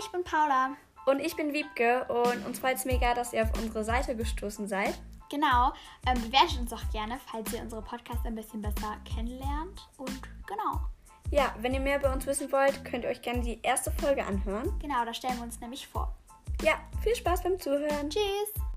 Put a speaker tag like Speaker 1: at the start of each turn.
Speaker 1: ich bin Paula.
Speaker 2: Und ich bin Wiebke und uns freut es mega, dass ihr auf unsere Seite gestoßen seid.
Speaker 1: Genau. Ähm, bewertet uns auch gerne, falls ihr unsere Podcasts ein bisschen besser kennenlernt. Und genau.
Speaker 2: Ja, wenn ihr mehr über uns wissen wollt, könnt ihr euch gerne die erste Folge anhören.
Speaker 1: Genau, da stellen wir uns nämlich vor.
Speaker 2: Ja, viel Spaß beim Zuhören.
Speaker 1: Tschüss!